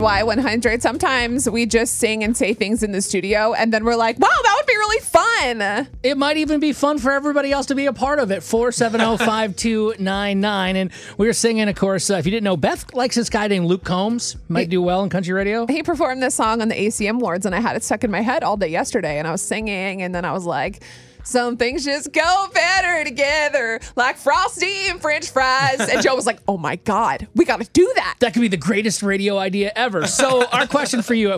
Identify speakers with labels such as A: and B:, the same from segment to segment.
A: Y100. Sometimes we just sing and say things in the studio, and then we're like, wow, that would be really fun.
B: It might even be fun for everybody else to be a part of it. 470-5299. And we were singing, of course, uh, if you didn't know, Beth likes this guy named Luke Combs. Might do well in country radio.
A: He performed this song on the ACM Awards, and I had it stuck in my head all day yesterday, and I was singing, and then I was like, some things just go better together, like frosty and french fries. And Joe was like, oh my God, we got to do that.
B: That could be the greatest radio idea ever. So our question for you at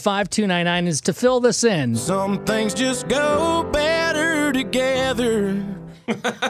B: 470-5299 is to fill this in.
C: Some things just go better together.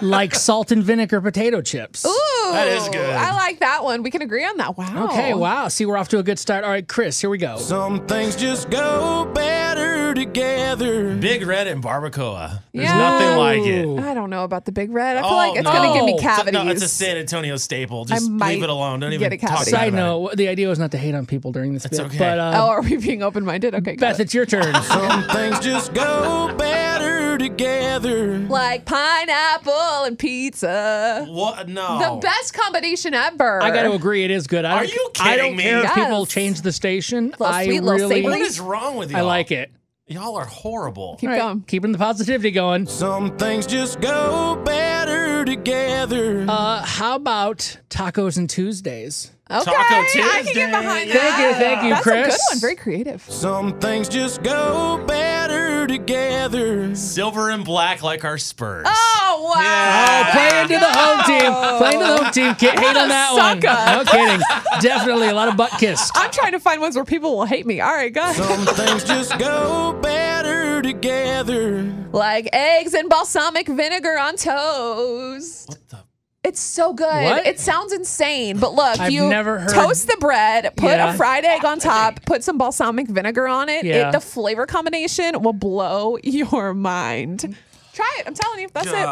B: like salt and vinegar potato chips.
A: Ooh,
D: That is good.
A: I like that one. We can agree on that. Wow.
B: Okay, wow. See, we're off to a good start. All right, Chris, here we go.
C: Some things just go better together.
D: Big Red and Barbacoa. There's
A: Yeah.
D: nothing like it.
A: I don't know about the big red. I feel
D: Oh,
A: like it's
D: no.
A: going to give me
B: It's a-
D: So-
A: cavities.
D: no, it's a San Antonio staple. Just
A: might
D: leave it alone. Don't
A: get
D: even
A: a
D: talk
A: cavity.
D: bad
B: Side
D: about it.
B: note, the idea was not to hate on people during this bit,
D: okay.
B: but uh,
A: oh, are we being open minded? Okay, got
B: Beth,
A: it.
B: it's your turn.
C: Some things just go better together.
A: like pineapple and pizza.
D: What? No.
A: The best combination ever.
B: Oh. I got to agree, it is good. I
D: Are
B: don't,
D: you
B: I
D: kidding
B: don't
D: me?
B: care if people
A: Yes.
B: change the station.
A: Little
B: I
A: sweet, little
B: really,
D: What
A: savory.
D: is wrong with you?
B: I like it.
D: Y'all are horrible.
A: Keep
B: All right,
A: going.
B: keeping the positivity going.
C: Some things just go better
D: Oh,
C: together.
B: Uh, how about tacos and Tuesdays?
A: Okay, I can get behind
D: Tuesday.
A: that.
B: Thank you, thank you,
A: That's
B: Chris.
A: a good one. Very creative.
C: Some things just go better together.
D: Silver and black like our Spurs.
A: Oh wow!
D: Yeah.
B: Oh, play into the home team. Play into the home team. Can't hate on
A: a
B: that one.
A: sucker.
B: No kidding. Definitely a lot of butt kissed.
A: I'm trying to find ones where people will hate me. All right, go. ahead.
C: Some things just go better together.
A: like eggs and balsamic vinegar on toast.
D: What the?
A: It's so good.
B: What?
A: It sounds insane, but look,
B: I've
A: you
B: never heard-
A: toast the bread, put a
B: Yeah.
A: fried egg on top, put some balsamic vinegar on it.
B: Yeah.
A: it. The flavor combination will blow your mind. Try it. I'm telling you, that's it.
D: bless.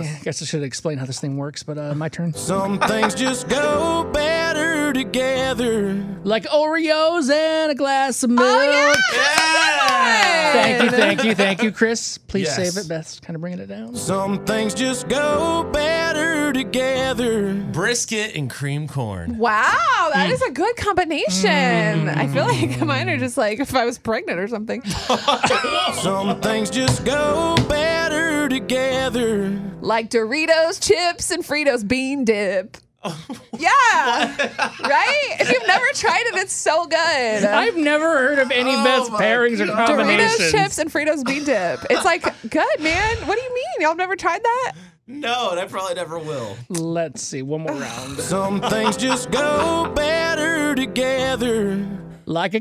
B: I guess I should explain how this thing works, but uh, my turn.
C: Some things just go better together.
B: Like Oreos and a glass of milk.
A: Oh, yeah.
B: Thank you, thank you, thank you, Chris. Please
D: Yes.
B: save it. Beth's kind of bringing it down.
C: Some things just go better together.
D: Brisket and cream corn.
A: Wow, that is a good combination.
B: Mm.
A: I feel like mine are just like if I was pregnant or something.
C: Some things just go better together.
A: like Doritos, chips, and Fritos bean dip. yeah. right? If you've never tried it, it's so good.
B: I've never heard of any
D: Oh
B: Beth's pairings or combinations.
A: Doritos, chips, and Fritos bean dip. It's like, good, man. What do you mean? Y'all never tried that?
D: No, and I probably never will.
B: Let's see, one more round.
C: Some things just go better together.
B: Like a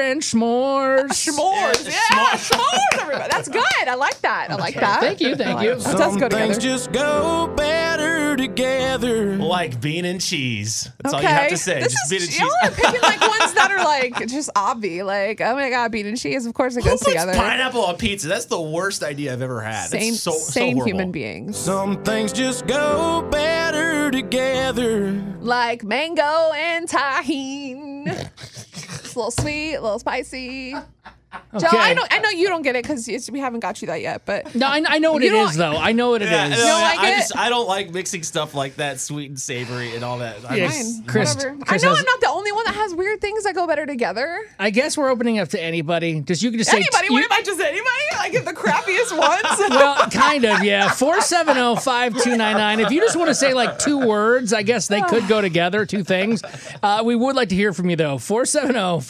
B: and s'mores.
A: S'mores. Yeah, s'mores, everybody. That's good. I like that. I like that.
B: Thank you, thank you.
A: It does
C: Some
A: go
C: things
A: together.
C: just go better together.
D: Like bean and cheese. That's all you have to say.
A: This
D: Just
A: is,
D: bean and
A: y'all are
D: cheese.
A: picking like ones that are like just obvi. Like, oh my god, bean and cheese. Of course, it
D: Who
A: goes
D: puts
A: together.
D: pineapple on pizza? That's the worst idea I've ever had. That's
A: Same,
D: so, so
A: same
D: horrible.
A: human beings.
C: Some things just go better together.
A: like mango and tahine. it's a little sweet, a little spicy. Joe, I know, I know you don't get it because we haven't got you that yet, but
B: No, I, I know what
A: You
B: it is,
A: don't-
B: though. I know what it is.
D: Yeah, no,
A: don't like
D: I,
A: it?
D: just I don't like mixing stuff like that, sweet and savory and all that. I
B: Yes.
D: just-
A: fine,
B: Chris-
A: whatever.
B: Chris
A: I know
B: has-
A: I'm not the only one that has weird things that go better together.
B: I guess we're opening up to anybody. Just you can just say
A: anybody?
B: you-
A: What am I just anybody? Like the crappiest ones?
B: well, kind of, yeah. 470-5299. If you just want to say like two words, I guess they could go together, two things. Uh, we would like to hear from you though.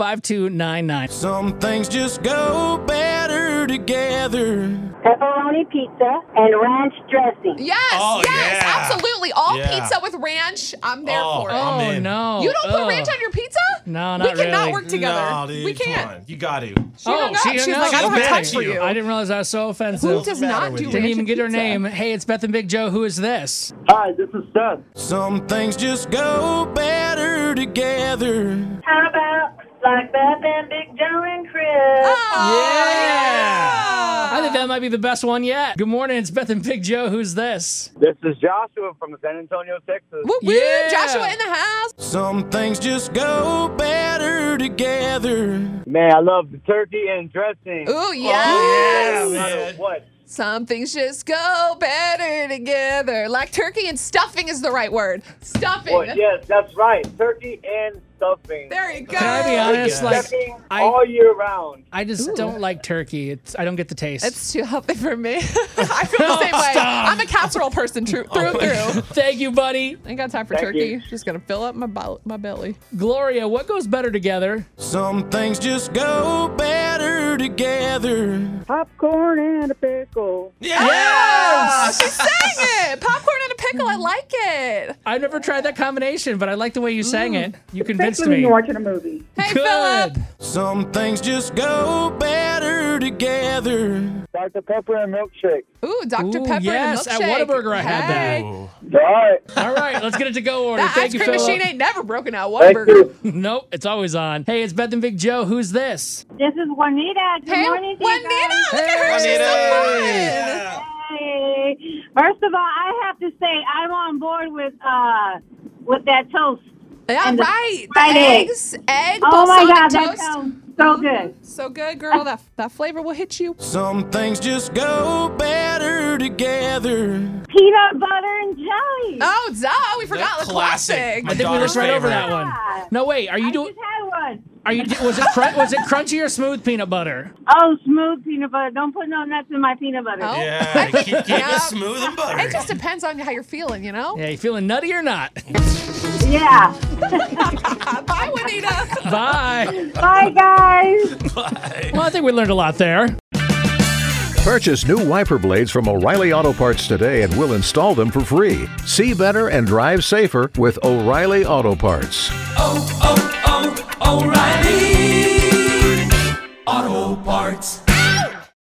B: 470-5299.
C: Some things just go better together.
E: pepperoni pizza and ranch dressing.
A: yes,
D: Oh,
A: yes,
D: yeah.
A: absolutely. All
D: Yeah.
A: pizza with ranch. I'm there
D: Oh,
A: for it.
D: I'm
B: Oh
D: in.
B: no.
A: you don't put
B: Ugh.
A: ranch on your pizza?
B: No,
A: we
B: not
A: cannot
B: really.
A: work together.
F: No, dude,
A: we can't. Oh,
F: Come on. You got to.
A: She hung up. She's
B: Oh, hung
A: like,
B: up.
F: She's
A: I don't have
F: mad
A: time
F: at
A: for
F: you.
A: you.
B: I didn't realize that was so offensive.
A: Who does
F: matter
A: not
F: with
A: do
F: you?
B: Didn't
A: ranch
B: even get her
A: pizza?
B: name. Hey, it's Beth and Big Joe. Who is this?
G: Hi, this is Seth.
C: Some things just go better together.
E: How about like Beth and Big Joe and Chris?
A: Oh,
B: I think that might be the best one yet. Good morning. It's Beth and Big Joe. Who's this?
G: This is Joshua from San Antonio, Texas.
A: Woo woo,
B: Yeah.
A: Joshua in the house.
C: Some things just go better together.
G: Man, I love the turkey and dressing.
B: Oh,
A: Ooh, yes.
G: No matter what?
A: Some things just go better together. Like turkey and stuffing is the right word. Stuffing.
G: Well, yes, that's right. Turkey and stuffing.
A: There you go.
B: Can I be honest? Like,
G: Stuffing
B: I-
G: all year round.
B: I just don't like turkey. It's I don't get the taste.
A: It's too healthy for me. I feel the same way. I'm a casserole person
B: Oh
A: tru- through and through.
B: Thank you, buddy.
A: Ain't got time for
G: Thank
A: turkey.
G: you.
A: Just gonna fill up my bo- my belly.
B: Gloria, what goes better together?
C: Some things just go better together.
E: Popcorn and a pickle.
A: Oh, she sang it. Popcorn and a pickle. I like it.
B: I've never tried that combination, but I like the way you sang it. You convinced
H: Especially when
B: me.
H: you're watching a movie.
A: Hey,
B: Good.
A: Philip.
C: Some things just go better together.
G: Dr. Pepper and milkshake.
A: Ooh, Dr.
B: Ooh,
A: Pepper
B: yes,
A: and
B: at
A: a milkshake.
B: Whataburger I had
A: Hey,
B: that.
G: All right.
B: All right, let's get it to go order.
A: That
B: Thank
A: ice
B: you,
A: cream
B: Philip.
A: machine ain't never broken out one
G: Thank
A: burger.
G: you.
B: Nope, it's always on. Hey, it's Beth and Big Joe. Who's this?
E: This is Juanita. Good
A: Hey,
E: morning,
A: Juanita,
E: to you
A: look
E: guys.
A: at her. She's so fun.
E: Hey. First of all, I have to say I'm on board with uh with that toast.
A: Yeah,
E: And the
A: right. The
E: fried
A: eggs, egg,
E: oh my
A: balsamic
E: god, that
A: toast.
E: sounds so good.
A: So good, girl. That that flavor will hit you.
C: Some things just go better together.
E: Peanut butter and jelly.
A: Oh, duh. We forgot the classic.
D: My
B: I think we
D: daughter's
B: looked right over
D: favorite.
B: that one. No, wait. Are you
E: I
B: doing?
E: just had one.
B: Are you? Was it crun- was it crunchy or smooth peanut butter?
E: Oh, smooth peanut butter. Don't put no nuts in my peanut butter.
A: Oh.
F: Yeah, keep, keep
A: Yeah.
F: it smooth and buttery.
A: It just depends on how you're feeling, you know?
B: Yeah, you feeling nutty or not?
E: Yeah.
A: Bye, Juanita.
B: Bye.
E: Bye, guys.
B: Well, I think we learned a lot there.
I: Purchase new wiper blades from O'Reilly Auto Parts today and we'll install them for free. See better and drive safer with O'Reilly Auto Parts.
C: Oh, oh, oh, O'Reilly.